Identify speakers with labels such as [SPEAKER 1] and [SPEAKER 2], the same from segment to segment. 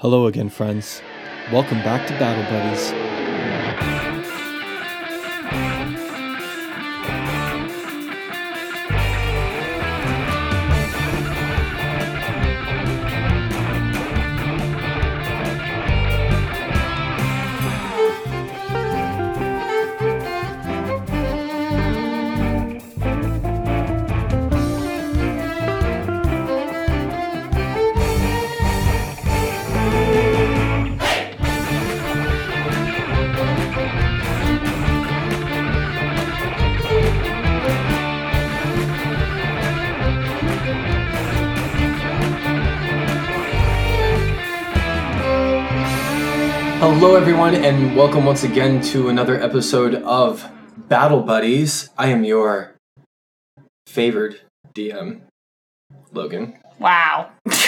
[SPEAKER 1] Hello again, friends. Welcome back to Battle Buddies.
[SPEAKER 2] Hello, everyone, and welcome once again to another episode of Battle Buddies. I am your favored DM, Logan.
[SPEAKER 3] Wow. this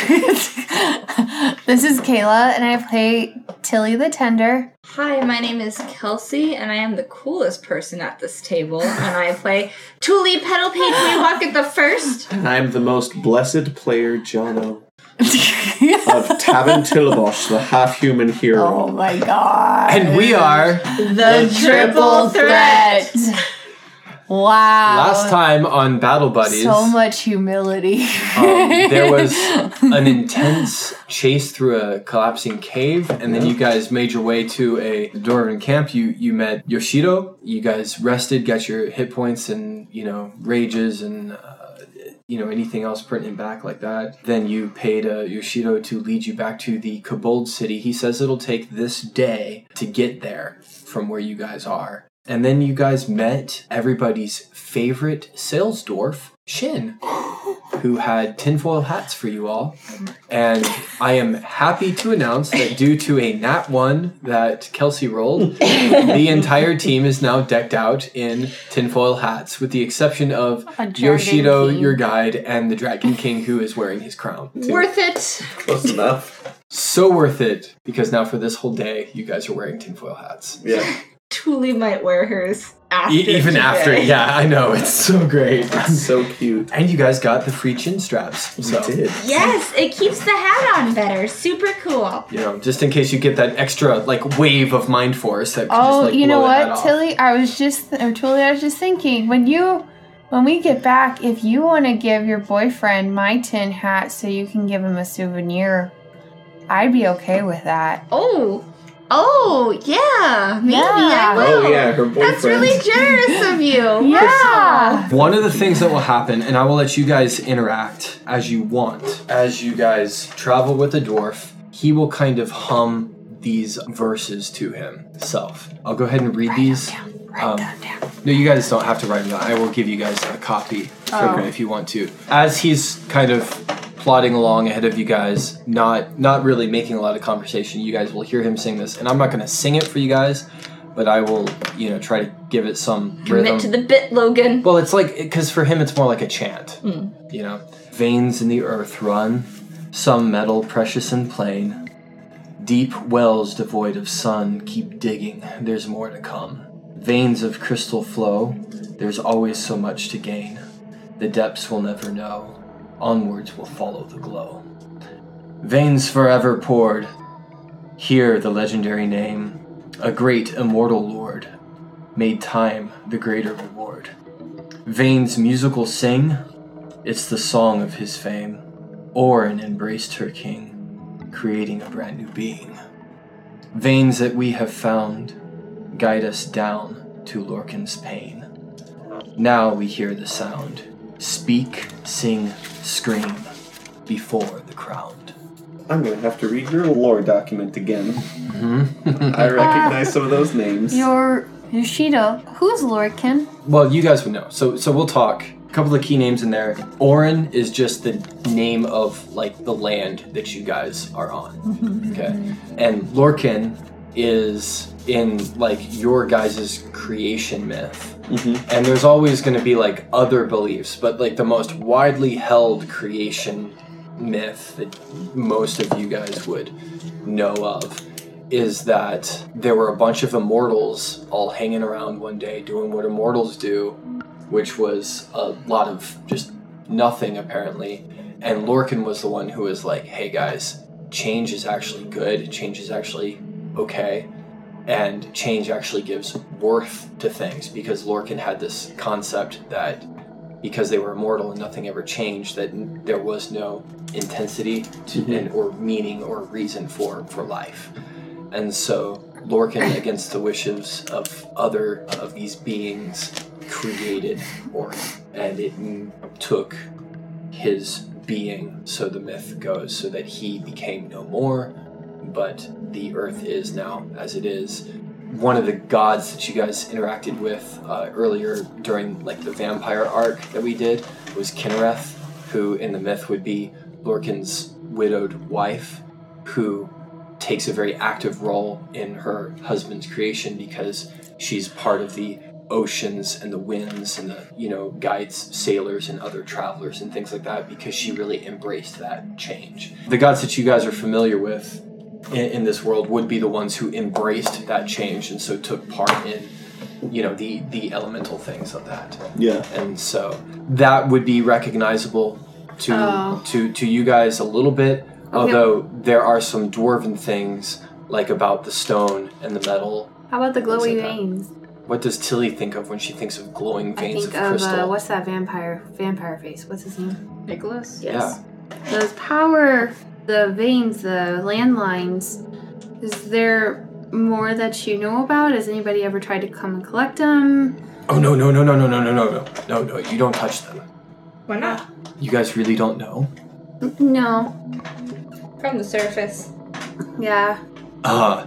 [SPEAKER 3] is Kayla, and I play Tilly the Tender.
[SPEAKER 4] Hi, my name is Kelsey, and I am the coolest person at this table. And I play Tuli Petal Page Maywocket the First.
[SPEAKER 5] And I'm the most blessed player, Jono, of Tavern Tilbosh, the half human hero.
[SPEAKER 3] oh my god.
[SPEAKER 2] And we are,
[SPEAKER 3] the
[SPEAKER 4] triple threat.
[SPEAKER 3] Wow.
[SPEAKER 2] last time on Battle Buddies,
[SPEAKER 3] So much humility.
[SPEAKER 2] um, there was an intense chase through a collapsing cave, and then you guys made your way to a Dwarven camp. You you met Yoshido. You guys rested, got your hit points, and you know rages and. Uh, you know anything else pertinent back like that? Then you paid uh, Yoshido to lead you back to the Kobold city. He says it'll take this day to get there from where you guys are. And then you guys met everybody's favorite sales dwarf, Shin who had tinfoil hats for you all. And I am happy to announce that due to a nat one that Kelsey rolled, the entire team is now decked out in tinfoil hats, with the exception of
[SPEAKER 3] A dragon
[SPEAKER 2] Yoshido,
[SPEAKER 3] king.
[SPEAKER 2] your guide, and the Dragon King, who is wearing his crown.
[SPEAKER 4] Worth it.
[SPEAKER 5] Close enough.
[SPEAKER 2] So worth it, because now for this whole day, you guys are wearing tinfoil hats.
[SPEAKER 5] Yeah.
[SPEAKER 4] Tuli might wear hers after.
[SPEAKER 2] E- even
[SPEAKER 4] today.
[SPEAKER 2] after, yeah, I know, it's so great.
[SPEAKER 5] So cute.
[SPEAKER 2] And you guys got the free chin straps. So.
[SPEAKER 5] We did.
[SPEAKER 4] Yes, it keeps the hat on better. Super cool.
[SPEAKER 2] You know, just in case you get that extra like wave of mind force that. Can
[SPEAKER 3] Oh,
[SPEAKER 2] just, like,
[SPEAKER 3] you
[SPEAKER 2] blow
[SPEAKER 3] know
[SPEAKER 2] it right
[SPEAKER 3] what,
[SPEAKER 2] off.
[SPEAKER 3] Tilly? I was just, or Tilly, I was just thinking when you, when we get back, if you want to give your boyfriend my tin hat so you can give him a souvenir, I'd be okay with that.
[SPEAKER 4] Oh. Oh, yeah. Maybe
[SPEAKER 3] Yeah.
[SPEAKER 4] I will.
[SPEAKER 5] Oh yeah, her boyfriend.
[SPEAKER 4] That's really generous of you.
[SPEAKER 3] Yeah.
[SPEAKER 2] One of the things that will happen, and I will let you guys interact as you want, as you guys travel with the dwarf, he will kind of hum these verses to himself. I'll go ahead and read these. Um, No, you guys don't have to write them down. I will give you guys a copy
[SPEAKER 4] Oh.
[SPEAKER 2] if you want to. As he's kind of plodding along ahead of you guys, not not really making a lot of conversation, you guys will hear him sing this, and I'm not going to sing it for you guys, but I will, you know, try to give it some rhythm.
[SPEAKER 4] Commit to the bit, Logan.
[SPEAKER 2] Well, it's like because for him it's more like a chant. You know, veins in the earth run, some metal precious and plain. Deep wells devoid of sun keep digging. There's more to come. Veins of crystal flow. There's always so much to gain. The depths will never know. Onwards will follow the glow. Veins forever poured. Hear the legendary name. A great immortal lord made time the greater reward. Vane's musical sing, it's the song of his fame. Orin embraced her king, creating a brand new being. Veins that we have found guide us down to Lorcan's pain. Now we hear the sound. Speak, sing, scream before the crowned.
[SPEAKER 5] I'm gonna have to read your lore document again. I recognize some of those names.
[SPEAKER 3] Your Yoshido, who's Lorcan?
[SPEAKER 2] Well, you guys would know. So, so we'll talk. A couple of key names in there. Orin is just the name of like the land that you guys are on. Okay, and Lorcan is in like your guys' creation myth. And there's always going to be like other beliefs, but like the most widely held creation myth that most of you guys would know of is that there were a bunch of immortals all hanging around one day doing what immortals do, which was a lot of just nothing apparently. And Lorcan was the one who was like, hey guys, change is actually good, change is actually okay, and change actually gives worth to things because Lorcan had this concept that because they were immortal and nothing ever changed, that n- there was no intensity to, and, or meaning or reason for, for life. And so Lorcan, against the wishes of other of these beings, created Orin, and it m- took his being, so the myth goes, so that he became no more, but the earth is now as it is. One of the gods that you guys interacted with uh, earlier during like the vampire arc that we did was Kinnereth, who in the myth would be Lorcan's widowed wife, who takes a very active role in her husband's creation because she's part of the oceans and the winds and the you know guides sailors and other travelers and things like that because she really embraced that change the gods that you guys are familiar with in, in this world would be the ones who embraced that change and so took part in you know the the elemental things of that
[SPEAKER 5] Yeah.
[SPEAKER 2] and so that would be recognizable to
[SPEAKER 3] Oh.
[SPEAKER 2] to to you guys a little bit although there are some dwarven things like about the stone and the metal
[SPEAKER 6] How about the
[SPEAKER 2] Things like
[SPEAKER 6] glowy
[SPEAKER 2] that.
[SPEAKER 6] veins?
[SPEAKER 2] what does tilly think of when she thinks of glowing
[SPEAKER 6] I
[SPEAKER 2] veins
[SPEAKER 6] think
[SPEAKER 2] of
[SPEAKER 6] of
[SPEAKER 2] crystal
[SPEAKER 6] uh, what's that vampire vampire face? What's his name?
[SPEAKER 4] Nicholas?
[SPEAKER 6] Yes. Those power, the veins, the landlines. Is there more that you know about? Has anybody ever tried to come and collect them?
[SPEAKER 2] oh no no no no no no no no no no no you don't touch them
[SPEAKER 4] Why not?
[SPEAKER 2] you guys really don't know
[SPEAKER 6] N- No.
[SPEAKER 4] From the surface.
[SPEAKER 6] Yeah.
[SPEAKER 2] Uh,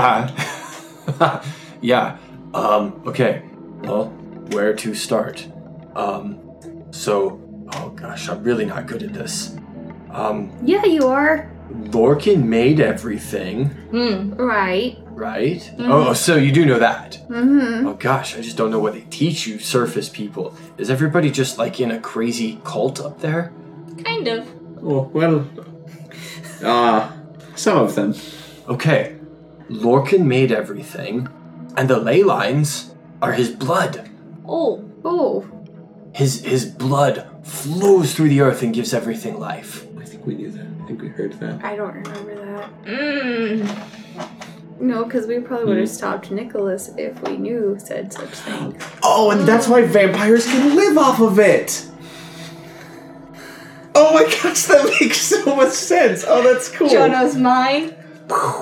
[SPEAKER 2] yeah. yeah. Um, okay. Well, where to start? Um, so, oh gosh, I'm really not good at this. Um,
[SPEAKER 6] Yeah, you are.
[SPEAKER 2] Lorkin made everything,
[SPEAKER 4] Hmm.
[SPEAKER 6] Right.
[SPEAKER 2] right? Oh, so you do know that.
[SPEAKER 6] Mm-hmm.
[SPEAKER 2] Oh gosh, I just don't know what they teach you, surface people. Is everybody just like in a crazy cult up there?
[SPEAKER 4] Kind of.
[SPEAKER 5] Oh, well. Ah, some of them.
[SPEAKER 2] Okay, Lorkin made everything, and the ley lines are his blood.
[SPEAKER 4] Oh.
[SPEAKER 6] Oh.
[SPEAKER 2] His his blood flows through the earth and gives everything life.
[SPEAKER 5] I think we knew that. I think we heard that.
[SPEAKER 6] I don't remember that.
[SPEAKER 4] Mmm.
[SPEAKER 6] No, because we probably
[SPEAKER 2] Hmm.
[SPEAKER 6] would have stopped Nicholas if we knew said such thing.
[SPEAKER 5] Oh, and that's why vampires can live off of it. Oh my gosh, that makes so much sense. Oh, that's cool.
[SPEAKER 4] Jono's mine.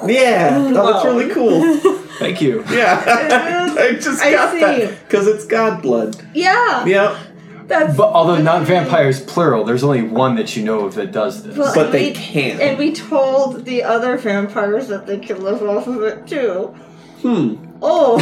[SPEAKER 5] Yeah, oh, that's really cool.
[SPEAKER 2] Thank you.
[SPEAKER 5] Yeah, I just
[SPEAKER 4] I
[SPEAKER 5] got
[SPEAKER 4] see.
[SPEAKER 5] that because it's god blood.
[SPEAKER 4] Yeah.
[SPEAKER 5] Yep.
[SPEAKER 4] That's.
[SPEAKER 2] But although not vampires plural, there's only one that you know of that does this.
[SPEAKER 4] Well-
[SPEAKER 5] But they
[SPEAKER 4] We-
[SPEAKER 5] can.
[SPEAKER 4] And we told the other vampires that they could live off of it too.
[SPEAKER 5] hmm.
[SPEAKER 4] Oh,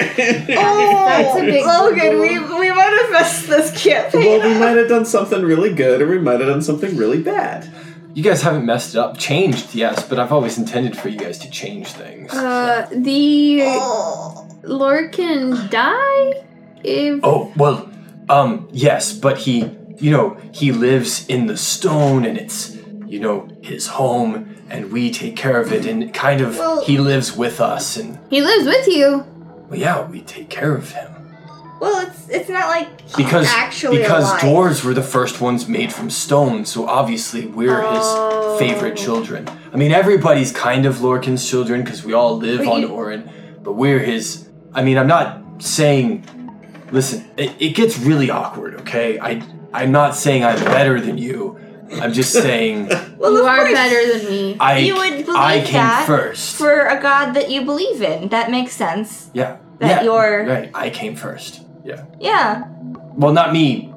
[SPEAKER 4] oh,
[SPEAKER 6] That's a big
[SPEAKER 4] Logan, we, we manifest this campaign.
[SPEAKER 5] well, we might have done something really good, or we might have done something really bad.
[SPEAKER 2] you guys haven't messed it up. Changed, yes, but I've always intended for you guys to change things.
[SPEAKER 6] Uh, the
[SPEAKER 4] Oh.
[SPEAKER 6] Lorcan die if
[SPEAKER 2] oh, well, um, yes, but he, you know, he lives in the stone and it's, you know, his home and we take care of it and kind of
[SPEAKER 4] Well-
[SPEAKER 2] he lives with us and,
[SPEAKER 6] he lives with you.
[SPEAKER 2] well, yeah, we take care of him.
[SPEAKER 4] Well, it's it's not like he's
[SPEAKER 2] because
[SPEAKER 4] actually
[SPEAKER 2] because
[SPEAKER 4] alive.
[SPEAKER 2] dwarves were the first ones made from stone, so obviously we're
[SPEAKER 6] Oh.
[SPEAKER 2] his favorite children. I mean, everybody's kind of Lorcan's children because we all live
[SPEAKER 4] But
[SPEAKER 2] on
[SPEAKER 4] you-
[SPEAKER 2] Orin, but we're his. I mean, I'm not saying. Listen, it, it gets really awkward, okay? I I'm not saying I'm better than you. I'm just saying
[SPEAKER 4] Well,
[SPEAKER 6] you
[SPEAKER 4] of
[SPEAKER 6] are
[SPEAKER 4] course,
[SPEAKER 6] better than me.
[SPEAKER 2] I
[SPEAKER 4] You would believe
[SPEAKER 2] I came
[SPEAKER 4] that
[SPEAKER 2] first.
[SPEAKER 4] for a god that you believe in. That makes sense.
[SPEAKER 2] yeah.
[SPEAKER 4] that
[SPEAKER 2] yeah.
[SPEAKER 4] you're-
[SPEAKER 2] right. I came first. Yeah.
[SPEAKER 4] Yeah,
[SPEAKER 2] Well, not me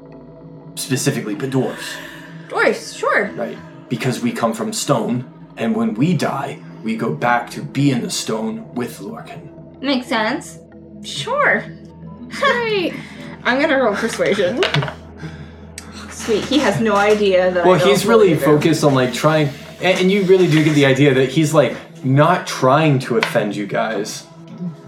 [SPEAKER 2] specifically, but dwarves.
[SPEAKER 4] dwarves, sure.
[SPEAKER 2] Right. Because we come from stone, and when we die, we go back to be in the stone with Lorcan.
[SPEAKER 4] Makes sense. Sure. I'm gonna roll persuasion. Sweet, he has no idea that. I
[SPEAKER 2] Well,
[SPEAKER 4] don't
[SPEAKER 2] he's really
[SPEAKER 4] believe him.
[SPEAKER 2] focused on like trying, and, and you really do get the idea that he's like not trying to offend you guys,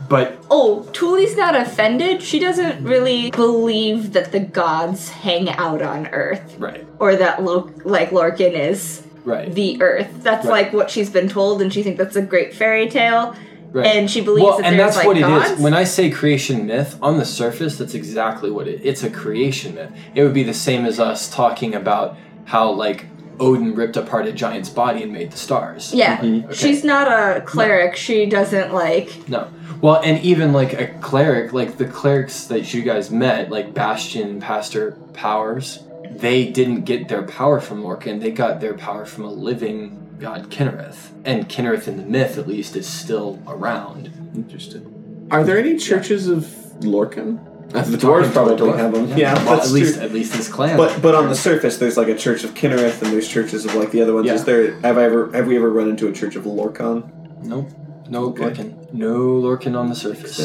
[SPEAKER 2] but
[SPEAKER 4] Oh, Tuli's not offended. She doesn't really believe that the gods hang out on Earth,
[SPEAKER 2] right,
[SPEAKER 4] or that Lo- like Lorkin is
[SPEAKER 2] right,
[SPEAKER 4] the Earth. That's
[SPEAKER 2] Right.
[SPEAKER 4] like what she's been told, and she thinks that's a great fairy tale.
[SPEAKER 2] right.
[SPEAKER 4] and she believes
[SPEAKER 2] well,
[SPEAKER 4] that
[SPEAKER 2] and
[SPEAKER 4] there's,
[SPEAKER 2] that's
[SPEAKER 4] like,
[SPEAKER 2] what it
[SPEAKER 4] gods?
[SPEAKER 2] is. When I say creation myth, on the surface, that's exactly what it. It's a creation myth. It would be the same as us talking about how like Odin ripped apart a giant's body and made the stars.
[SPEAKER 4] Yeah,
[SPEAKER 2] Okay.
[SPEAKER 4] she's not a cleric. She doesn't like.
[SPEAKER 2] No. Well, and even like a cleric, like the clerics that you guys met, like Bastion and Pastor Powers, they didn't get their power from Lorcan. They got their power from a living god, Kinnereth. And Kinnereth in the myth, at least, is still around.
[SPEAKER 5] Interesting. Are there any churches of Lorcan? Uh,
[SPEAKER 2] Dwarves
[SPEAKER 5] The dwarves probably don't have them.
[SPEAKER 2] Yeah,
[SPEAKER 5] Yeah,
[SPEAKER 2] well,
[SPEAKER 5] that's
[SPEAKER 2] at least
[SPEAKER 5] true.
[SPEAKER 2] at least this clan.
[SPEAKER 5] But but on the surface, there's like a church of Kinnereth, and there's churches of like the other ones.
[SPEAKER 2] Yeah.
[SPEAKER 5] Is there? Have I ever? Have we ever run into a church of Lorcan?
[SPEAKER 2] no, no
[SPEAKER 5] Okay.
[SPEAKER 2] Lorcan, no Lorcan on the surface.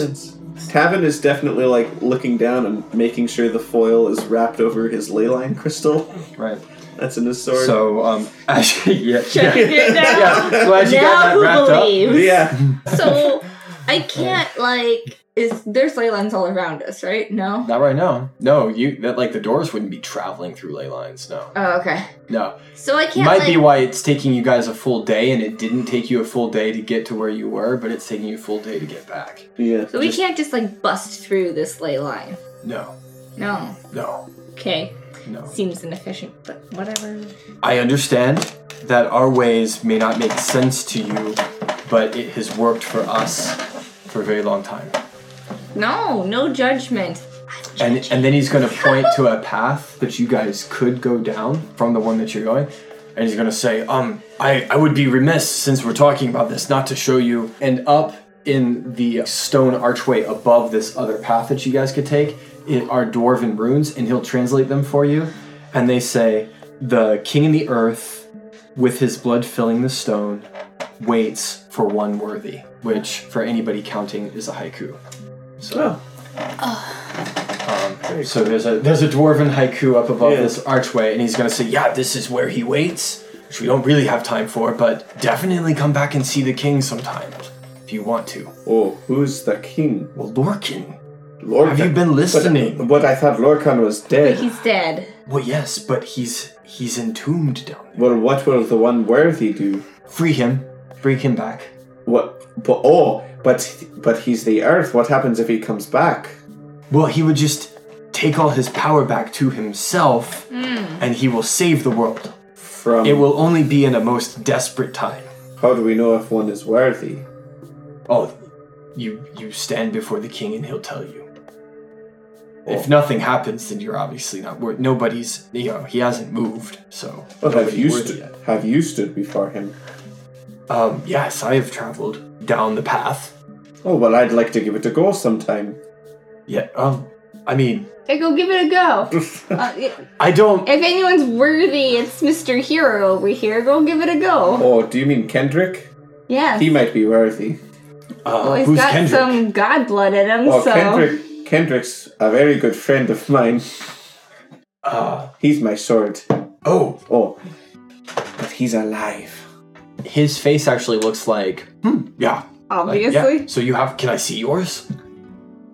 [SPEAKER 5] Tavin is definitely like looking down and making sure the foil is wrapped over his ley line crystal
[SPEAKER 2] Right.
[SPEAKER 5] that's in his sword.
[SPEAKER 2] So, um, as yeah, yeah,
[SPEAKER 4] Check it out.
[SPEAKER 2] yeah. So as you
[SPEAKER 4] now
[SPEAKER 2] got that wrapped
[SPEAKER 4] who
[SPEAKER 2] up,
[SPEAKER 4] believes?
[SPEAKER 5] yeah,
[SPEAKER 4] So I can't like. Is there's ley lines all around us, right? No.
[SPEAKER 2] Not right now. No, you that like the doors wouldn't be traveling through ley lines. No,
[SPEAKER 4] Oh, okay.
[SPEAKER 2] no.
[SPEAKER 4] So I can't.
[SPEAKER 2] Might
[SPEAKER 4] like,
[SPEAKER 2] be why it's taking you guys a full day, and it didn't take you a full day to get to where you were, but it's taking you a full day to get back.
[SPEAKER 5] yeah.
[SPEAKER 4] So we
[SPEAKER 5] Just-
[SPEAKER 4] can't just like bust through this ley line.
[SPEAKER 2] No,
[SPEAKER 4] No.
[SPEAKER 2] no,
[SPEAKER 4] Okay.
[SPEAKER 2] no.
[SPEAKER 4] Seems inefficient, but whatever.
[SPEAKER 2] I understand that our ways may not make sense to you, but it has worked for us for a very long time.
[SPEAKER 4] No, no judgment.
[SPEAKER 2] And and then he's gonna point to a path that you guys could go down from the one that you're going. And he's gonna say, um, I, I would be remiss since we're talking about this not to show you. And up in the stone archway above this other path that you guys could take it are dwarven runes, and he'll translate them for you. And they say, The king in the earth, with his blood filling the stone, waits for one worthy, which for anybody counting is a haiku. So
[SPEAKER 5] Oh,
[SPEAKER 2] so there's a there's a dwarven haiku up above
[SPEAKER 5] Yeah.
[SPEAKER 2] this archway, and he's gonna say, "Yeah, this is where he waits," which we don't really have time for, but definitely come back and see the king sometime if you want to.
[SPEAKER 5] oh, who's the king?
[SPEAKER 2] Well, Lorkin.
[SPEAKER 5] Lorcan.
[SPEAKER 2] Have you been listening?
[SPEAKER 5] But, but I thought Lorcan was dead.
[SPEAKER 4] He's dead.
[SPEAKER 2] Well, yes, but he's he's entombed down there.
[SPEAKER 5] well, what will the one worthy do?
[SPEAKER 2] Free him, bring him back.
[SPEAKER 5] What? But oh, but but he's the Earth. What happens if he comes back?
[SPEAKER 2] Well, he would just take all his power back to himself, and he will save the world.
[SPEAKER 5] From
[SPEAKER 2] It will only be in a most desperate time.
[SPEAKER 5] how do we know if one is worthy?
[SPEAKER 2] Oh, you you stand before the king and he'll tell you. If nothing happens, then you're obviously not worth. Nobody's, you know, he hasn't moved, so.
[SPEAKER 5] Well, have
[SPEAKER 2] nobody's
[SPEAKER 5] you
[SPEAKER 2] worthy
[SPEAKER 5] stood? Have you stood before him?
[SPEAKER 2] yet. Um, yes, I have traveled down the path.
[SPEAKER 5] Oh well, I'd like to give it a go sometime.
[SPEAKER 2] Yeah. Um, I mean,
[SPEAKER 4] Okay, go give it a go. Uh, if
[SPEAKER 2] I don't.
[SPEAKER 4] anyone's worthy, it's Mr. Hero over here. Go give it a go.
[SPEAKER 5] Oh, do you mean Kendrick?
[SPEAKER 4] Yes.
[SPEAKER 5] He might be worthy.
[SPEAKER 2] Uh,
[SPEAKER 4] Well, he's
[SPEAKER 2] who's
[SPEAKER 4] got
[SPEAKER 2] Kendrick?
[SPEAKER 4] some god blood in him,
[SPEAKER 5] Oh,
[SPEAKER 4] so.
[SPEAKER 5] Kendrick. Kendrick's a very good friend of mine.
[SPEAKER 2] Uh,
[SPEAKER 5] He's my sword.
[SPEAKER 2] oh,
[SPEAKER 5] Oh, but he's alive.
[SPEAKER 2] his face actually looks like. Hmm. Yeah. like, yeah.
[SPEAKER 4] Obviously.
[SPEAKER 2] So you have? Can I see yours?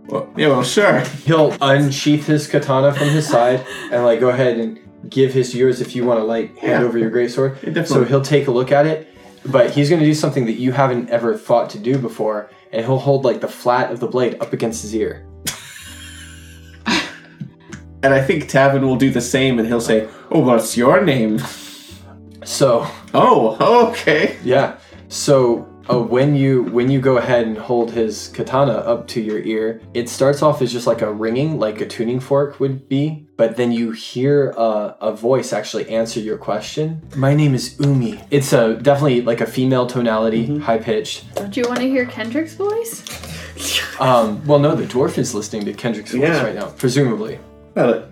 [SPEAKER 5] Well, yeah, well, sure.
[SPEAKER 2] He'll unsheath his katana from his side and like go ahead and give his to yours if you want to like hand
[SPEAKER 5] Yeah.
[SPEAKER 2] over your greatsword.
[SPEAKER 5] definitely-
[SPEAKER 2] So he'll take a look at it, but he's going to do something that you haven't ever thought to do before, and he'll hold like the flat of the blade up against his ear.
[SPEAKER 5] And I think Tavin will do the same, and he'll say, "Oh, what's your name?"
[SPEAKER 2] So
[SPEAKER 5] Oh, okay.
[SPEAKER 2] yeah, so. Uh, when you when you go ahead and hold his katana up to your ear, it starts off as just like a ringing, like a tuning fork would be. But then you hear a, a voice actually answer your question. My name is Umi. Mm-hmm. It's a definitely like a female tonality, high pitched.
[SPEAKER 6] Do you want to hear Kendrick's voice?
[SPEAKER 2] Um, well, no, the dwarf is listening to Kendrick's voice
[SPEAKER 5] Yeah.
[SPEAKER 2] right now, presumably.
[SPEAKER 5] Well, it,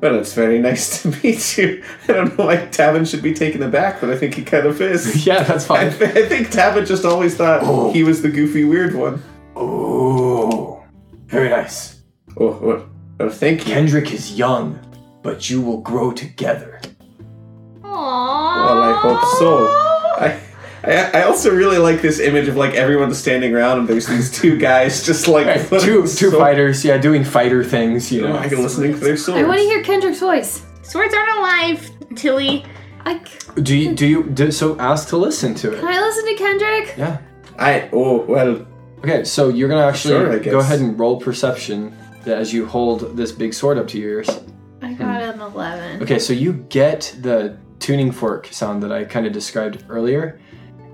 [SPEAKER 5] well, it's very nice to meet you. I don't know why Tavin should be taken aback, but I think he kind of is.
[SPEAKER 2] Yeah, that's
[SPEAKER 5] I,
[SPEAKER 2] fine.
[SPEAKER 5] th- I think Tavin just always thought
[SPEAKER 2] Oh.
[SPEAKER 5] he was the goofy weird one.
[SPEAKER 2] oh, very nice.
[SPEAKER 5] Oh, well, well, thank you.
[SPEAKER 2] Kendrick is young, but you will grow together.
[SPEAKER 4] Aww.
[SPEAKER 5] Well, I hope so. I, I, I also really like this image of like everyone standing around and there's these two guys just like
[SPEAKER 2] Right, two two
[SPEAKER 5] so- Oh
[SPEAKER 2] fighters, yeah, doing fighter things, you know.
[SPEAKER 5] I can listening to their swords.
[SPEAKER 6] I want to hear Kendrick's voice.
[SPEAKER 4] Swords aren't alive, Tilly.
[SPEAKER 6] I, can
[SPEAKER 2] Do you do you do, so? Ask to listen to it.
[SPEAKER 6] I listen to Kendrick?
[SPEAKER 2] Yeah.
[SPEAKER 5] I oh well
[SPEAKER 2] Okay, so you're gonna actually
[SPEAKER 5] Sure, I
[SPEAKER 2] go
[SPEAKER 5] guess.
[SPEAKER 2] ahead and roll perception as
[SPEAKER 5] Hmm.
[SPEAKER 2] you hold this big sword up to yours.
[SPEAKER 6] I got an 11.
[SPEAKER 2] Okay, so you get the tuning fork sound that I kind of described earlier,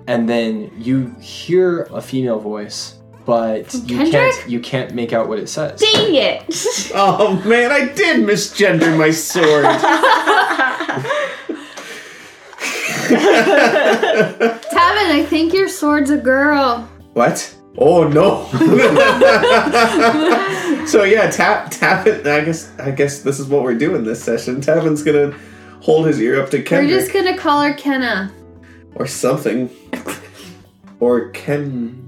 [SPEAKER 2] and then you hear a female voice, but you
[SPEAKER 6] Kendrick?
[SPEAKER 2] can't you can't make out what it says.
[SPEAKER 4] Dang it!
[SPEAKER 5] Oh man, I did misgender my sword.
[SPEAKER 6] Tavin, I think your sword's a girl.
[SPEAKER 5] What? Oh no! so yeah, tap Tavin. I guess I guess this is what we're doing this session. Tavin's gonna hold his ear up to Kendrick
[SPEAKER 6] We're just gonna call her Kenna.
[SPEAKER 5] or something, or Ken.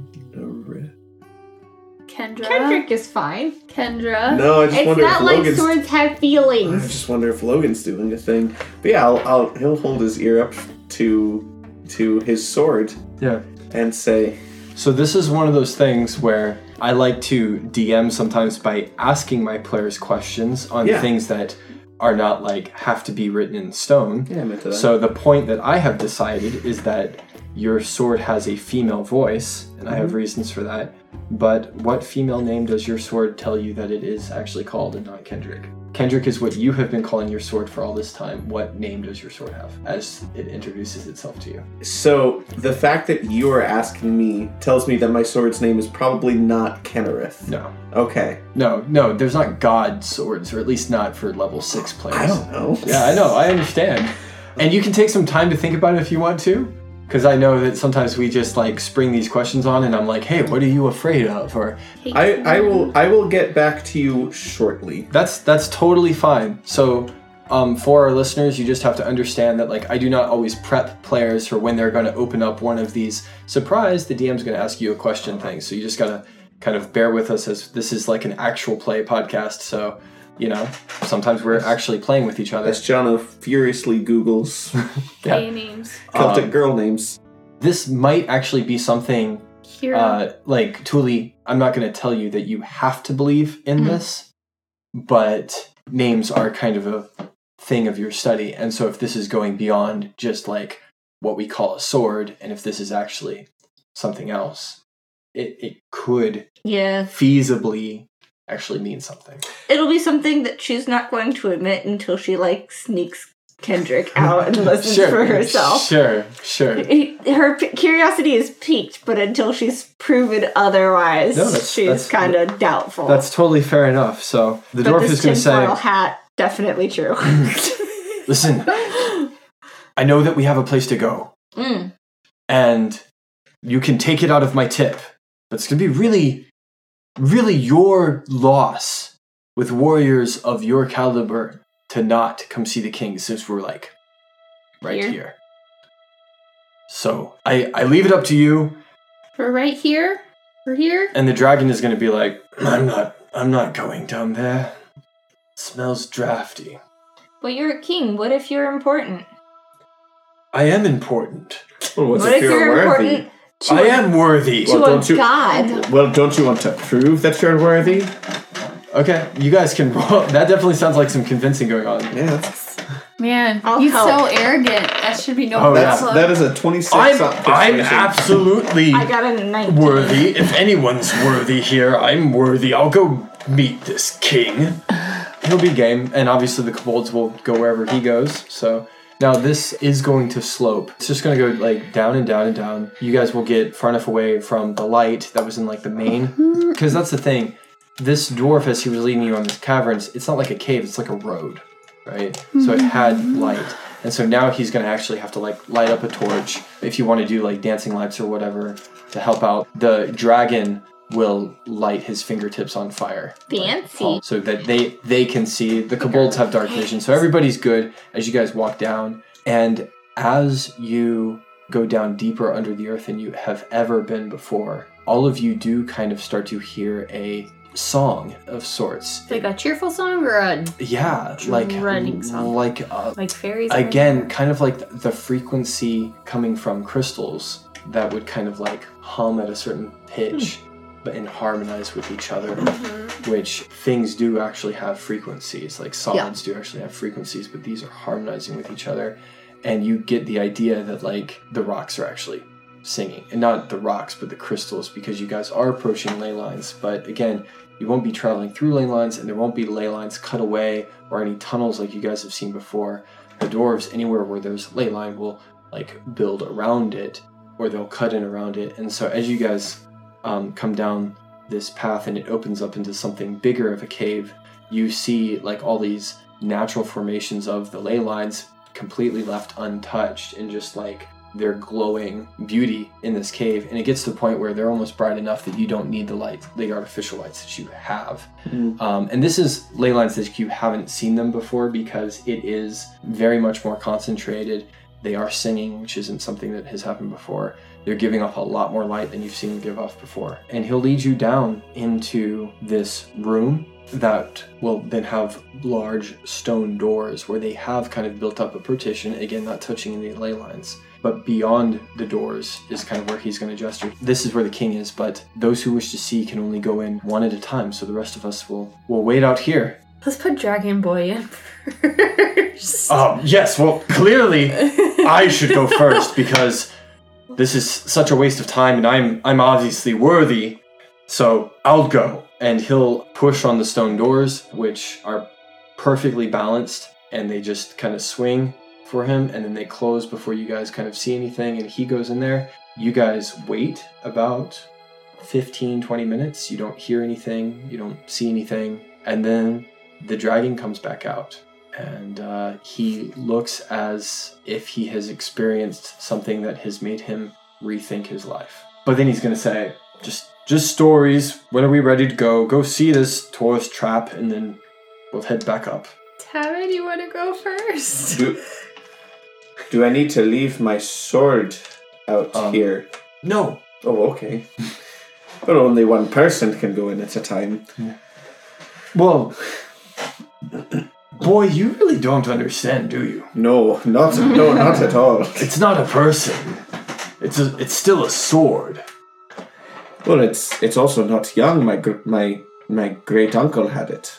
[SPEAKER 6] Kendra.
[SPEAKER 4] Kendrick is fine.
[SPEAKER 6] Kendra.
[SPEAKER 5] No, I just
[SPEAKER 4] It's
[SPEAKER 5] wonder if
[SPEAKER 4] not like
[SPEAKER 5] Logan's.
[SPEAKER 4] swords have
[SPEAKER 5] I
[SPEAKER 4] feelings.
[SPEAKER 5] just wonder if Logan's doing a thing. But yeah, I'll, I'll he'll hold his ear up to to his sword
[SPEAKER 2] Yeah.
[SPEAKER 5] and say,
[SPEAKER 2] So this is one of those things where I like to DM sometimes by asking my players questions on
[SPEAKER 5] Yeah.
[SPEAKER 2] things that are not like have to be written in stone.
[SPEAKER 5] "Yeah, I meant that."
[SPEAKER 2] So the point that I have decided is that your sword has a female voice, and I
[SPEAKER 5] Mm-hmm.
[SPEAKER 2] have reasons for that. But what female name does your sword tell you that it is actually called and not Kendrick? Kendrick is what you have been calling your sword for all this time. What name does your sword have as it introduces itself to you?
[SPEAKER 5] So the fact that you are asking me tells me that my sword's name is probably not Kennerith.
[SPEAKER 2] No.
[SPEAKER 5] Okay.
[SPEAKER 2] No, no, there's not god swords, or at least not for level six players.
[SPEAKER 5] I don't know.
[SPEAKER 2] Yeah, I know, I understand. And you can take some time to think about it if you want to. Because I know that sometimes we just like spring these questions on, and I'm like, hey, what are you afraid of? Or
[SPEAKER 5] I, I will I will get back to you shortly.
[SPEAKER 2] that's that's totally fine. So um, for our listeners, you just have to understand that like I do not always prep players for when they're going to open up one of these surprise. The DM's going to ask you a question thing, so you just gotta kind of bear with us as this is like an actual play podcast. So you know sometimes we're actually playing with each other.
[SPEAKER 5] As Jonna furiously Googles
[SPEAKER 2] Yeah.
[SPEAKER 6] Gay names.
[SPEAKER 5] Celtic
[SPEAKER 2] Um,
[SPEAKER 5] girl names.
[SPEAKER 2] This might actually be something
[SPEAKER 6] Kira.
[SPEAKER 2] uh, like Thule, I'm not going to tell you that you have to believe
[SPEAKER 4] Mm-hmm.
[SPEAKER 2] in this, but names are kind of a thing of your study, and so if this is going beyond just like what we call a sword, and if this is actually something else, it it could
[SPEAKER 4] Yeah.
[SPEAKER 2] feasibly actually mean something.
[SPEAKER 4] It'll be something that she's not going to admit until she, like, sneaks Kendrick out and listens for herself.
[SPEAKER 2] Sure, sure.
[SPEAKER 4] Her p- curiosity is piqued, but until she's proven otherwise,
[SPEAKER 2] No, that's-
[SPEAKER 4] she's
[SPEAKER 2] that's-
[SPEAKER 4] kind of doubtful.
[SPEAKER 2] That's totally fair enough. So the
[SPEAKER 4] but
[SPEAKER 2] dwarf
[SPEAKER 4] this
[SPEAKER 2] is going to say,
[SPEAKER 4] tinfoil hat definitely true.
[SPEAKER 2] "Listen, I know that we have a place to go."
[SPEAKER 4] Mm.
[SPEAKER 2] and you can take it out of my tip. But it's going to be really, really your loss with warriors of your caliber to not come see the king since we're like right
[SPEAKER 4] Here.
[SPEAKER 2] here. So I, I leave it up to you,
[SPEAKER 6] We're right here. We're here.
[SPEAKER 2] and the dragon is going to be like, I'm not, I'm not going down there. smells drafty.
[SPEAKER 4] Well, you're a king. What if you're important?
[SPEAKER 2] I am important.
[SPEAKER 5] what's
[SPEAKER 4] what if you're important to,
[SPEAKER 2] I
[SPEAKER 4] a-
[SPEAKER 2] am worthy.
[SPEAKER 4] to
[SPEAKER 5] Well,
[SPEAKER 4] a
[SPEAKER 5] don't you-
[SPEAKER 4] god?
[SPEAKER 5] Well, don't you want to prove that you're worthy?
[SPEAKER 2] Okay, you guys can roll. That definitely sounds like some convincing going on.
[SPEAKER 5] Yeah, that's,
[SPEAKER 3] Man,
[SPEAKER 4] I'll
[SPEAKER 3] he's
[SPEAKER 4] help.
[SPEAKER 3] so arrogant. That should be no
[SPEAKER 2] Oh, yeah.
[SPEAKER 5] that's
[SPEAKER 3] problem.
[SPEAKER 5] that is a 26
[SPEAKER 2] I'm,
[SPEAKER 5] on
[SPEAKER 2] I'm
[SPEAKER 5] persuasion.
[SPEAKER 2] absolutely
[SPEAKER 4] I got a 19.
[SPEAKER 2] worthy. If anyone's worthy here, I'm worthy. I'll go meet this king. He'll be game, and obviously the kobolds will go wherever he goes. So now this is going to slope. It's just going to go like down and down and down. You guys will get far enough away from the light that was in like the main, because that's the thing. This dwarf, as he was leading you on these caverns, it's not like a cave. It's like a road, right? So it had light. And so now he's gonna actually have to like light up a torch if you want to do like dancing lights or whatever to help out. The dragon will light his fingertips on fire
[SPEAKER 4] Fancy.
[SPEAKER 2] so that they they can see. The kobolds have dark vision, so everybody's good as you guys walk down. And as you go down deeper under the earth than you have ever been before, all of you do kind of start to hear a song of sorts.
[SPEAKER 6] like a cheerful song or a
[SPEAKER 2] Yeah, like
[SPEAKER 6] Running song.
[SPEAKER 2] like a
[SPEAKER 6] like fairies.
[SPEAKER 2] again kind of like the frequency coming from crystals that would kind of like hum at a certain pitch but and harmonize with each other which things do actually have frequencies like solids do actually have frequencies but these are harmonizing with each other and you get the idea that like the rocks are actually singing and not the rocks but the crystals because you guys are approaching ley lines but again you won't be traveling through ley lines and there won't be ley lines cut away or any tunnels like you guys have seen before the dwarves anywhere where there's ley line will like build around it or they'll cut in around it and so as you guys um, come down this path and it opens up into something bigger of a cave you see like all these natural formations of the ley lines completely left untouched and just like their glowing beauty in this cave and it gets to the point where they're almost bright enough that you don't need the lights the artificial lights that you have
[SPEAKER 5] Hmm.
[SPEAKER 2] um, and this is ley lines that you haven't seen them before because it is very much more concentrated. They are singing, which isn't something that has happened before. They're giving off a lot more light than you've seen them give off before. And he'll lead you down into this room that will then have large stone doors where they have kind of built up a partition, again, not touching any ley lines. But beyond the doors is kind of where he's going to gesture. This is where the king is, but those who wish to see can only go in one at a time. So the rest of us will will wait out here.
[SPEAKER 7] Let's put Dragon Boy in first.
[SPEAKER 2] Oh yes, well clearly I should go first because this is such a waste of time, and I'm I'm obviously worthy. So I'll go, and he'll push on the stone doors, which are perfectly balanced, and they just kind of swing for him, and then they close before you guys kind of see anything, and he goes in there. You guys wait about 15, 20 minutes. You don't hear anything, you don't see anything, and then the dragon comes back out. And uh, he looks as if he has experienced something that has made him rethink his life. But then he's gonna say, "Just, just stories. When are we ready to go? Go see this tourist trap, and then we'll head back up."
[SPEAKER 6] Tara, do you want to go first?
[SPEAKER 5] Do, do I need to leave my sword out
[SPEAKER 2] Um,
[SPEAKER 5] here?
[SPEAKER 2] No,
[SPEAKER 5] Oh, okay. but only one person can go in at a time.
[SPEAKER 2] Well, boy, you really don't understand, do you?
[SPEAKER 5] No, not no, not at all.
[SPEAKER 2] It's not a person. It's a, it's still a sword.
[SPEAKER 5] Well, it's it's also not young. My gr- my my great uncle had it.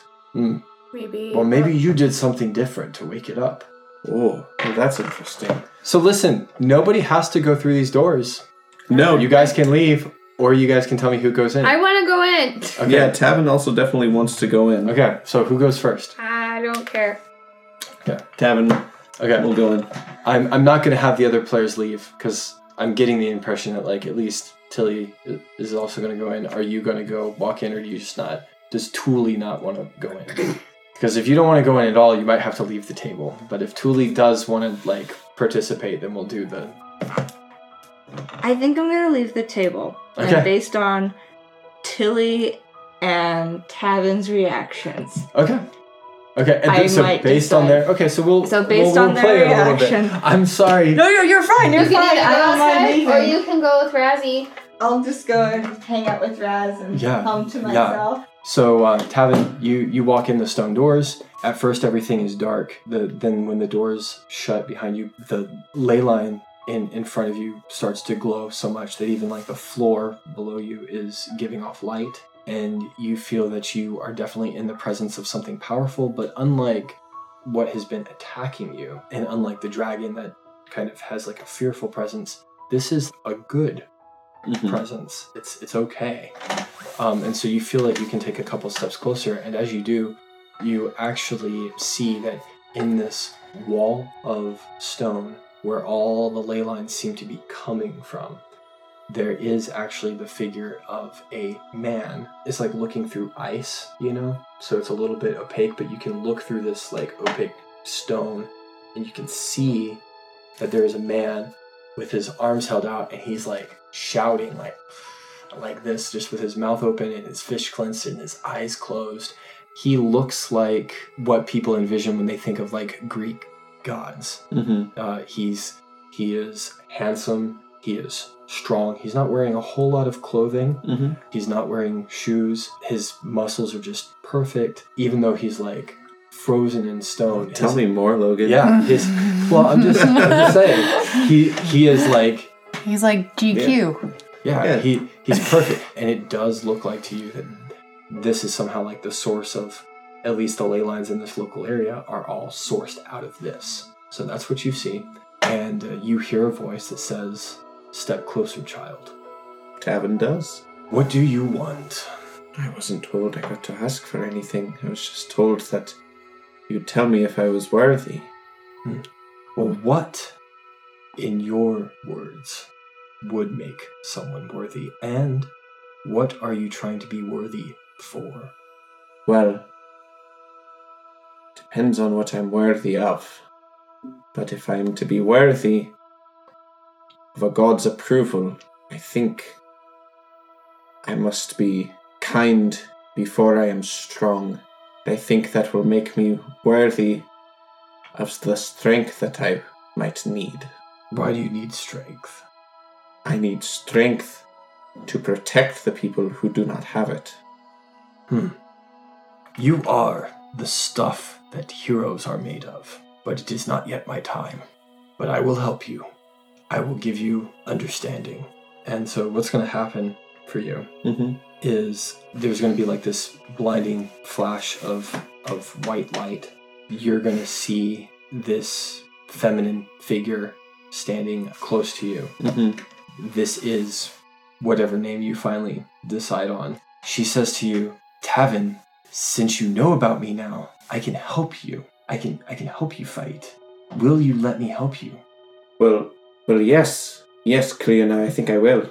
[SPEAKER 7] Maybe.
[SPEAKER 2] Well, maybe you did something different to wake it up.
[SPEAKER 5] Oh, well, that's interesting.
[SPEAKER 2] So listen, nobody has to go through these doors.
[SPEAKER 5] No,
[SPEAKER 2] You guys can leave, or you guys can tell me who goes in.
[SPEAKER 6] I want to go in.
[SPEAKER 2] okay.
[SPEAKER 5] Yeah, Tavin also definitely wants to go in.
[SPEAKER 2] Okay. So who goes first?
[SPEAKER 6] I don't care.
[SPEAKER 5] Tavin
[SPEAKER 2] Okay.
[SPEAKER 5] will go in.
[SPEAKER 2] I'm I'm not gonna have the other players leave because I'm getting the impression that like at least Tilly i- is also gonna go in. Are you gonna go walk in, or do you just not? Does Thule not want to go in? Because if you don't want to go in at all, you might have to leave the table. But if Thule does want to like participate, then we'll do the.
[SPEAKER 4] I think I'm gonna leave the table.
[SPEAKER 2] Okay.
[SPEAKER 4] And based on Tilly and Tavin's reactions.
[SPEAKER 2] Okay. Okay, and
[SPEAKER 4] I
[SPEAKER 2] then, so
[SPEAKER 4] might
[SPEAKER 2] based on
[SPEAKER 4] decide.
[SPEAKER 2] their okay, so we'll
[SPEAKER 4] So based
[SPEAKER 2] we'll,
[SPEAKER 4] on
[SPEAKER 2] we'll play
[SPEAKER 4] their
[SPEAKER 2] it a little
[SPEAKER 4] reaction.
[SPEAKER 2] bit. I'm sorry.
[SPEAKER 4] No, no, you're fine. You're
[SPEAKER 6] You can
[SPEAKER 4] fine.
[SPEAKER 6] either
[SPEAKER 4] I
[SPEAKER 6] go
[SPEAKER 4] don't mind
[SPEAKER 6] outside
[SPEAKER 4] leaving.
[SPEAKER 6] or you can go with Razzie.
[SPEAKER 4] I'll just go and hang out with Raz and
[SPEAKER 2] Yeah,
[SPEAKER 4] hum to
[SPEAKER 2] yeah.
[SPEAKER 4] myself.
[SPEAKER 2] So, uh, Tavin, you you walk in the stone doors. At first, everything is dark. The then when the doors shut behind you, the ley line in in front of you starts to glow so much that even like the floor below you is giving off light, and you feel that you are definitely in the presence of something powerful, but unlike what has been attacking you, and unlike the dragon that kind of has like a fearful presence, this is a good Mm-hmm.
[SPEAKER 5] Mm-hmm.
[SPEAKER 2] presence. It's it's okay. Um, and so you feel like you can take a couple steps closer, and as you do, you actually see that in this wall of stone, where all the ley lines seem to be coming from, there is actually the figure of a man. It's like looking through ice, you know? So it's a little bit opaque, but you can look through this like opaque stone, and you can see that there is a man with his arms held out, and he's like shouting, like, like this, just with his mouth open and his fish clenched and his eyes closed. He looks like what people envision when they think of like Greek gods.
[SPEAKER 5] Mm-hmm.
[SPEAKER 2] Uh, he's he is handsome. He is strong. He's not wearing a whole lot of clothing.
[SPEAKER 5] Mm-hmm.
[SPEAKER 2] He's not wearing shoes. His muscles are just perfect, even though he's like frozen in stone.
[SPEAKER 5] Tell
[SPEAKER 2] His-
[SPEAKER 5] me more, Logan.
[SPEAKER 2] Yeah. His, well, I'm just, I'm just saying. He he is like
[SPEAKER 3] He's like GQ.
[SPEAKER 2] yeah,
[SPEAKER 5] Yeah.
[SPEAKER 2] he he's perfect, and it does look like to you that this is somehow like the source of at least the ley lines in this local area are all sourced out of this. So that's what you see, and uh, you hear a voice that says, "Step closer, child.
[SPEAKER 5] Tavin does.
[SPEAKER 2] What do you want?"
[SPEAKER 5] I wasn't told I got to ask for anything. I was just told that you'd tell me if I was worthy.
[SPEAKER 2] Well, what, in your words, would make someone worthy? And what are you trying to be worthy for?
[SPEAKER 5] Well, depends on what I'm worthy of. But if I'm to be worthy of a god's approval, I think I must be kind before I am strong. I think that will make me worthy of the strength that I might need.
[SPEAKER 2] Why do you need strength?
[SPEAKER 5] I need strength to protect the people who do not have it.
[SPEAKER 2] You are the stuff that heroes are made of, but it is not yet my time. But I will help you. I will give you understanding. And so, what's going to happen for you
[SPEAKER 5] Mm-hmm.
[SPEAKER 2] is there's going to be like this blinding flash of of white light. You're going to see this feminine figure standing close to you.
[SPEAKER 5] Mm-hmm.
[SPEAKER 2] This is whatever name you finally decide on. She says to you, "Tavin, since you know about me now, I can help you. I can I can help you fight. Will you let me help you?"
[SPEAKER 5] Well, well, yes, yes, Cleona, I think I will.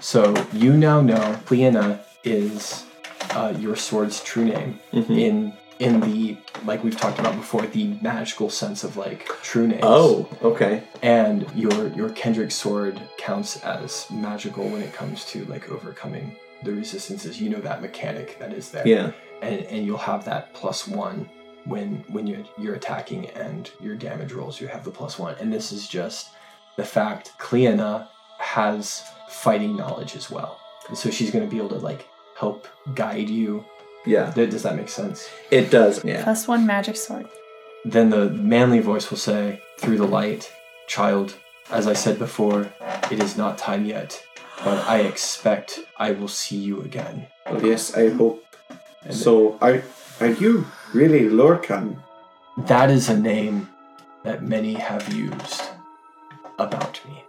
[SPEAKER 2] So you now know Cleona is uh, your sword's true name
[SPEAKER 5] Mm-hmm.
[SPEAKER 2] in in the like we've talked about before the magical sense of like true names.
[SPEAKER 5] Oh, okay.
[SPEAKER 2] and your your Kendrick sword counts as magical when it comes to like overcoming the resistances. You know that mechanic that is there,
[SPEAKER 5] Yeah.
[SPEAKER 2] and and you'll have that plus one when when you're you're attacking and your damage rolls. You have the plus one, and this is just the fact Cleona has fighting knowledge as well, and so she's going to be able to like help guide you.
[SPEAKER 5] Yeah.
[SPEAKER 2] Th- Does that make sense?
[SPEAKER 5] It does. Yeah.
[SPEAKER 3] Plus one magic sword.
[SPEAKER 2] Then the manly voice will say, through the light, Child, as I said before, it is not time yet, but I expect I will see you again.
[SPEAKER 5] Well, yes, I hope. So, are are you really Lorcan?
[SPEAKER 2] That is a name that many have used about me.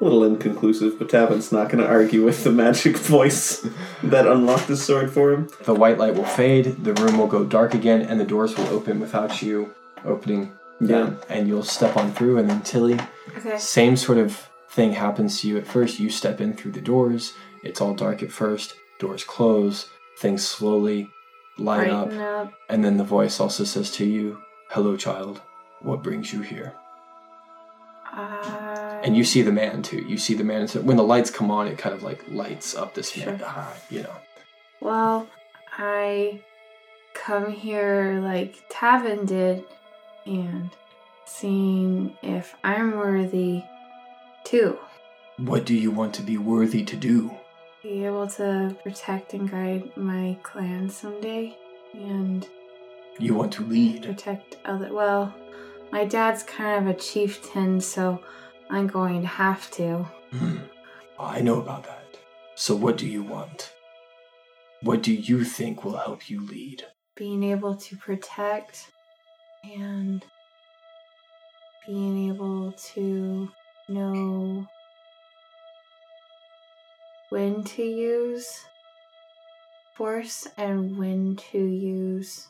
[SPEAKER 5] A little inconclusive, but Tavin's not going to argue with the magic voice that unlocked the sword for him.
[SPEAKER 2] The white light will fade, the room will go dark again, and the doors will open without you opening
[SPEAKER 5] Um,
[SPEAKER 2] them. And you'll step on through, and then Tilly,
[SPEAKER 6] Okay.
[SPEAKER 2] Same sort of thing happens to you at first. You step in through the doors. It's all dark at first. Doors close. Things slowly light up.
[SPEAKER 6] Brighten up.
[SPEAKER 2] And then the voice also says to you, Hello, child. What brings you here?
[SPEAKER 6] Uh,
[SPEAKER 2] And you see the man too. You see the man. And so when the lights come on, it kind of like lights up this man. Ah, you know.
[SPEAKER 6] Well, I come here like Tavin did and seeing if I'm worthy too.
[SPEAKER 2] What do you want to be worthy to do?
[SPEAKER 6] Be able to protect and guide my clan someday and
[SPEAKER 2] You want to lead.
[SPEAKER 6] protect other. Well, my dad's kind of a chieftain, so I'm going to have to.
[SPEAKER 2] Hmm. I know about that. So what do you want? What do you think will help you lead?
[SPEAKER 6] Being able to protect and being able to know when to use force and when to use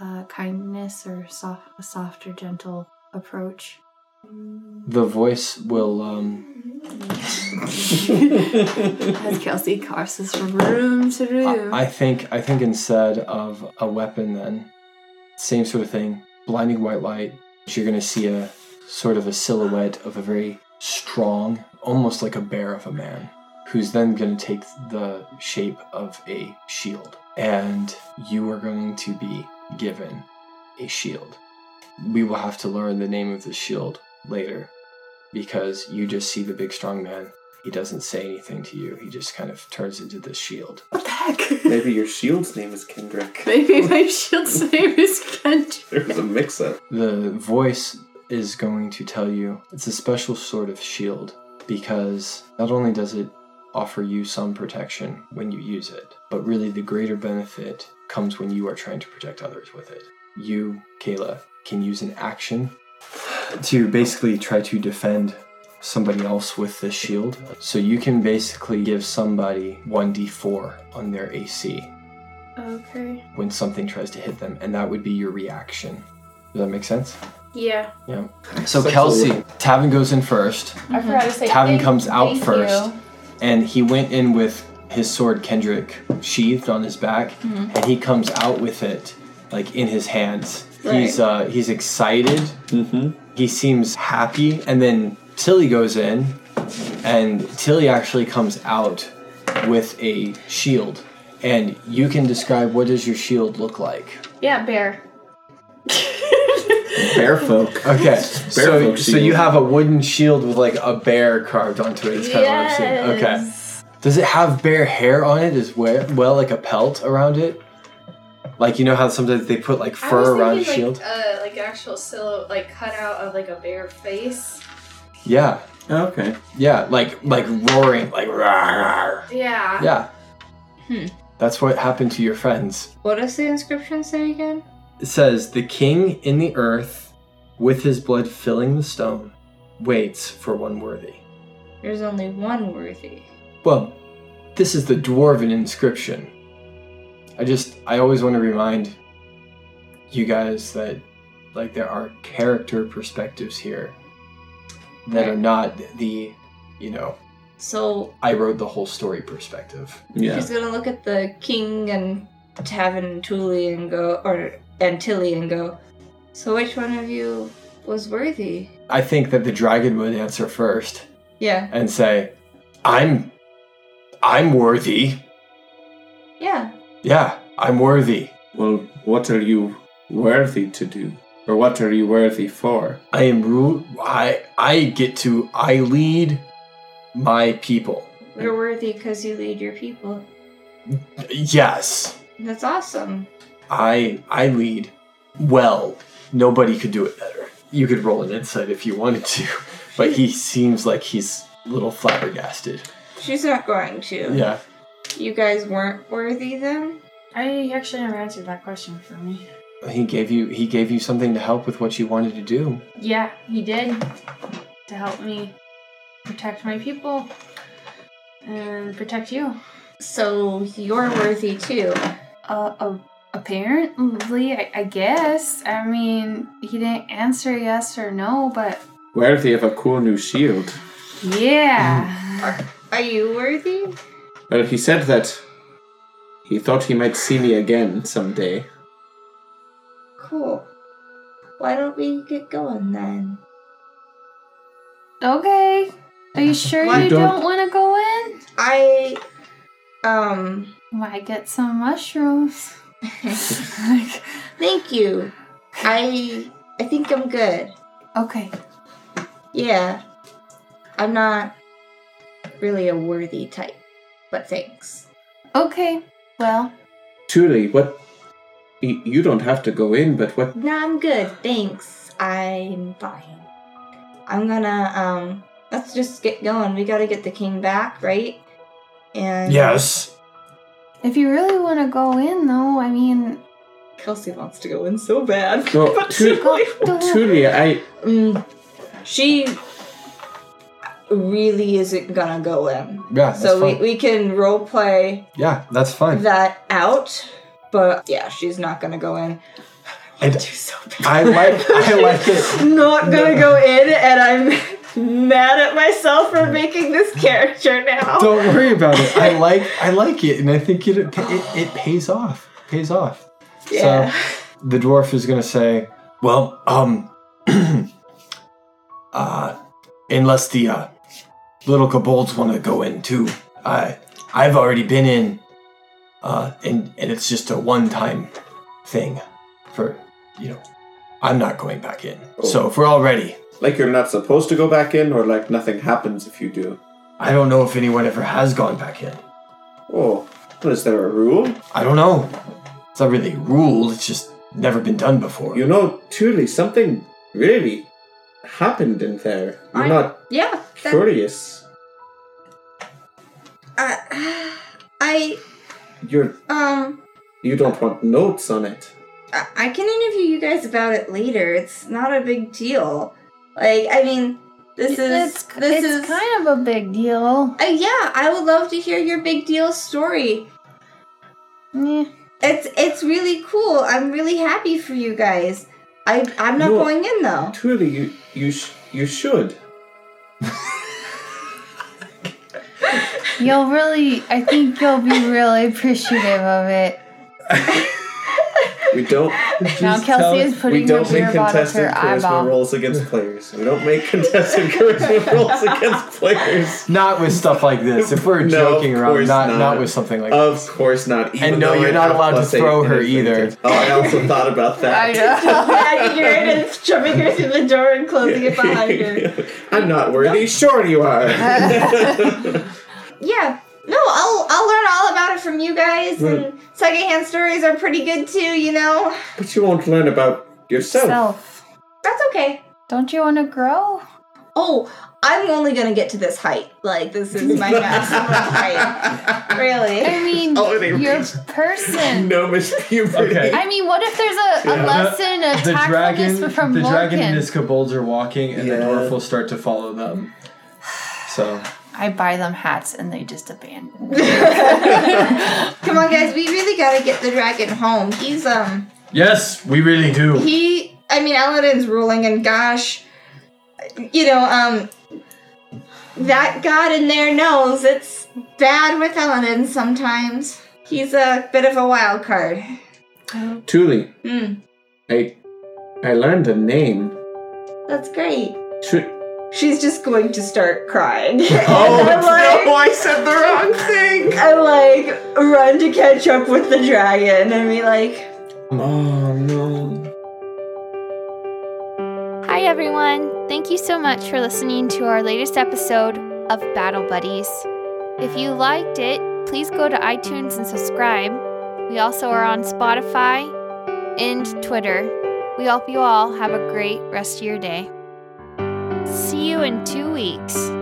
[SPEAKER 6] uh, kindness or soft, a softer, gentle approach.
[SPEAKER 2] The voice will um
[SPEAKER 6] As Kelsey crosses from room to room.
[SPEAKER 2] I, I think I think instead of a weapon then same sort of thing, blinding white light, you're going to see a sort of a silhouette of a very strong, almost like a bear of a man who's then going to take the shape of a shield and you are going to be given a shield. We will have to learn the name of the shield later because you just see the big strong man. He doesn't say anything to you. He just kind of turns into this shield.
[SPEAKER 6] what the heck?
[SPEAKER 5] Maybe your shield's name is Kendrick.
[SPEAKER 6] Maybe my shield's name is Kendrick.
[SPEAKER 5] There's a mix up.
[SPEAKER 2] The voice is going to tell you it's a special sort of shield because not only does it offer you some protection when you use it, but really the greater benefit comes when you are trying to protect others with it. You, Kayla, can use an action to basically try to defend somebody else with this shield. So you can basically give somebody 1d4 on their AC
[SPEAKER 6] Okay.
[SPEAKER 2] when something tries to hit them, and that would be your reaction. Does that make sense?
[SPEAKER 6] Yeah.
[SPEAKER 2] Yeah. So
[SPEAKER 5] Such a
[SPEAKER 2] Kelsey,
[SPEAKER 5] little-
[SPEAKER 2] Tavin goes in first,
[SPEAKER 8] I forgot to say.
[SPEAKER 2] Tavin
[SPEAKER 8] thank-
[SPEAKER 2] comes out
[SPEAKER 8] thank
[SPEAKER 2] first,
[SPEAKER 8] you.
[SPEAKER 2] and he went in with his sword Kendrick sheathed on his back, and he comes out with it like in his hands. He's uh, he's excited. He seems happy, and then Tilly goes in, and Tilly actually comes out with a shield. And you can describe what does your shield look like?
[SPEAKER 6] Yeah, bear.
[SPEAKER 5] Bear folk.
[SPEAKER 2] Okay, so
[SPEAKER 5] folk
[SPEAKER 2] so you
[SPEAKER 5] shield.
[SPEAKER 2] have a wooden shield with like a bear carved onto it. It's kind of what I'm seeing. Okay. Does it have bear hair on it as well, well like a pelt around it? Like you know how sometimes they put like fur around a shield?
[SPEAKER 6] uh, like actual silhouette, like cut out of like a bear face.
[SPEAKER 2] Yeah,
[SPEAKER 5] Okay.
[SPEAKER 2] yeah, like like roaring, like rah, rah.
[SPEAKER 6] Yeah.
[SPEAKER 2] yeah.
[SPEAKER 4] Hmm.
[SPEAKER 2] That's what happened to your friends.
[SPEAKER 4] What does the inscription say again?
[SPEAKER 2] It says, The king in the earth, with his blood filling the stone, waits for one worthy.
[SPEAKER 4] There's only one worthy.
[SPEAKER 2] Well, this is the dwarven inscription. I just, I always want to remind you guys that, like, there are character perspectives here that are not the, you know,
[SPEAKER 4] So
[SPEAKER 2] I wrote the whole story perspective.
[SPEAKER 5] Yeah.
[SPEAKER 4] she's gonna look at the king and Tavin and Tuli and go, or and Tilly and go. So which one of you was worthy?
[SPEAKER 2] I think that the dragon would answer first
[SPEAKER 4] Yeah,
[SPEAKER 2] and say, I'm, I'm worthy.
[SPEAKER 4] yeah.
[SPEAKER 2] Yeah, I'm worthy.
[SPEAKER 5] Well, what are you worthy to do? Or what are you worthy for?
[SPEAKER 2] I am rule. I, I get to, I lead my people.
[SPEAKER 4] You're worthy because you lead your people.
[SPEAKER 2] Yes.
[SPEAKER 4] That's awesome.
[SPEAKER 2] I I lead well. Nobody could do it better. You could roll an insight if you wanted to, but he seems like he's a little flabbergasted.
[SPEAKER 4] She's not going to.
[SPEAKER 2] Yeah.
[SPEAKER 4] You guys weren't worthy then?
[SPEAKER 8] I actually never answered that question for me.
[SPEAKER 2] He gave you he gave you something to help with what you wanted to do.
[SPEAKER 8] Yeah, he did to help me protect my people and protect you.
[SPEAKER 4] So you're worthy too.
[SPEAKER 6] Uh, oh.
[SPEAKER 3] Apparently, I, I guess. I mean, he didn't answer yes or no, but
[SPEAKER 5] Worthy of a cool new shield.
[SPEAKER 3] yeah.
[SPEAKER 4] Are you worthy?
[SPEAKER 5] Well, he said that he thought he might see me again someday.
[SPEAKER 4] Cool. Why don't we get going then?
[SPEAKER 3] Okay. Are you sure
[SPEAKER 4] Why
[SPEAKER 3] you
[SPEAKER 5] don't-
[SPEAKER 3] don't want to go in?
[SPEAKER 4] I um
[SPEAKER 3] Might get some mushrooms. Like,
[SPEAKER 4] thank you. I I think I'm good.
[SPEAKER 3] okay.
[SPEAKER 4] Yeah. I'm not really a worthy type, but thanks.
[SPEAKER 3] Okay. Well,
[SPEAKER 5] Truly, what? y- You don't have to go in, but what?
[SPEAKER 4] No, I'm good. Thanks. I'm fine. I'm gonna um let's just get going. We gotta get the king back, right? And
[SPEAKER 2] Yes.
[SPEAKER 3] if you really want to go in, though, I mean,
[SPEAKER 4] Kelsey wants to go in so bad.
[SPEAKER 5] No,
[SPEAKER 4] But
[SPEAKER 5] tru-
[SPEAKER 4] she really
[SPEAKER 5] Truly, I.
[SPEAKER 4] Mm, she really isn't gonna go in.
[SPEAKER 2] Yeah. That's
[SPEAKER 4] So we,
[SPEAKER 2] fine.
[SPEAKER 4] we can role play
[SPEAKER 2] yeah, that's fine.
[SPEAKER 4] that out, but yeah, she's not gonna go in.
[SPEAKER 2] And
[SPEAKER 4] She's so bad.
[SPEAKER 2] I like I like it.
[SPEAKER 4] Not gonna go in, and I'm mad at myself for making this character now.
[SPEAKER 2] Don't worry about it. I like I like it, and I think it it, it pays off. Pays off.
[SPEAKER 4] yeah.
[SPEAKER 2] So the dwarf is gonna say, "Well, um, uh, unless the uh, little kobolds want to go in too, I I've already been in, uh, and and it's just a one-time thing, for you know, I'm not going back in.
[SPEAKER 5] Oh.
[SPEAKER 2] So if we're all ready,
[SPEAKER 5] Like you're not supposed to go back in, or like nothing happens if you do.
[SPEAKER 2] I don't know if anyone ever has gone back in.
[SPEAKER 5] Oh, well, is there a rule?
[SPEAKER 2] I don't know. It's not really a rule. It's just never been done before.
[SPEAKER 5] You know, truly, something really happened in there. You're
[SPEAKER 4] I-
[SPEAKER 5] not
[SPEAKER 4] yeah. that-
[SPEAKER 5] curious.
[SPEAKER 4] uh, I
[SPEAKER 5] You're.
[SPEAKER 4] um
[SPEAKER 5] You don't want notes on it.
[SPEAKER 4] I I can interview you guys about it later. It's not a big deal. Like, I mean, this is
[SPEAKER 3] it's,
[SPEAKER 4] this
[SPEAKER 3] it's
[SPEAKER 4] is
[SPEAKER 3] kind of a big deal.
[SPEAKER 4] Uh, yeah, I would love to hear your big deal story.
[SPEAKER 3] Yeah.
[SPEAKER 4] It's it's really cool. I'm really happy for you guys. I, I'm not
[SPEAKER 5] No.
[SPEAKER 4] going in though.
[SPEAKER 5] Truly, you you sh- you should.
[SPEAKER 3] You'll really, I think you'll be really appreciative of it.
[SPEAKER 5] We don't.
[SPEAKER 3] Now Kelsey is
[SPEAKER 5] We
[SPEAKER 3] putting her
[SPEAKER 5] don't make
[SPEAKER 3] beer bottle to
[SPEAKER 5] contested
[SPEAKER 3] her
[SPEAKER 5] charisma
[SPEAKER 3] eyeball.
[SPEAKER 5] rolls against players. We don't make contested charisma rolls against players.
[SPEAKER 2] Not with stuff like this. If we're
[SPEAKER 5] No,
[SPEAKER 2] joking
[SPEAKER 5] of
[SPEAKER 2] around,
[SPEAKER 5] course
[SPEAKER 2] not,
[SPEAKER 5] not. Uh,
[SPEAKER 2] not with something like
[SPEAKER 5] Of course not. Even
[SPEAKER 2] And no,
[SPEAKER 5] though
[SPEAKER 2] you're
[SPEAKER 5] I
[SPEAKER 2] not
[SPEAKER 5] have
[SPEAKER 2] allowed to
[SPEAKER 5] plus eight
[SPEAKER 2] throw
[SPEAKER 5] in
[SPEAKER 2] her
[SPEAKER 5] advantage.
[SPEAKER 2] either.
[SPEAKER 5] Oh, I also thought about
[SPEAKER 3] I
[SPEAKER 5] that.
[SPEAKER 3] know.
[SPEAKER 4] I ignored it, shoving her through the door and closing it behind her.
[SPEAKER 5] I'm not worthy. Sure, you are.
[SPEAKER 4] Yeah. No, I'll I'll learn all about it from you guys, and secondhand stories are pretty good too. You know,
[SPEAKER 5] but you won't learn about yourself.
[SPEAKER 3] Self.
[SPEAKER 4] that's okay.
[SPEAKER 3] Don't you want to grow?
[SPEAKER 4] Oh, I'm only gonna get to this height. Like this is my maximum height. Really?
[SPEAKER 3] I mean,
[SPEAKER 5] Oh, they
[SPEAKER 3] your
[SPEAKER 5] reached-
[SPEAKER 3] person.
[SPEAKER 5] Gnomish puberty.
[SPEAKER 2] Okay.
[SPEAKER 3] I mean, what if there's a, a
[SPEAKER 5] Yeah.
[SPEAKER 3] lesson, a
[SPEAKER 2] the dragon,
[SPEAKER 3] tactfulness from
[SPEAKER 2] the dragon
[SPEAKER 3] Vulcan?
[SPEAKER 2] and his kobolds are walking, and the
[SPEAKER 5] Yeah.
[SPEAKER 2] dwarf will start to follow them. So
[SPEAKER 3] I buy them hats and they just abandon. me.
[SPEAKER 4] Come on, guys. We really gotta get the dragon home. He's um
[SPEAKER 2] yes, we really do.
[SPEAKER 4] he. I mean, Aladdin's ruling, and gosh, you know um that god in there knows it's bad with Aladdin sometimes. He's a bit of a wild card.
[SPEAKER 5] Truly,
[SPEAKER 4] Hmm.
[SPEAKER 5] I I learned a name.
[SPEAKER 4] That's great.
[SPEAKER 5] Should.
[SPEAKER 4] She's just going to start crying.
[SPEAKER 5] Oh
[SPEAKER 4] and I
[SPEAKER 5] no!
[SPEAKER 4] like,
[SPEAKER 5] I said the wrong thing.
[SPEAKER 4] I like run to catch up with the dragon and be like,
[SPEAKER 5] Oh no.
[SPEAKER 9] Hi, everyone. Thank you so much for listening to our latest episode of Battle Buddies. If you liked it, please go to iTunes and subscribe. We also are on Spotify and Twitter. We hope you all have a great rest of your day. See you in two weeks.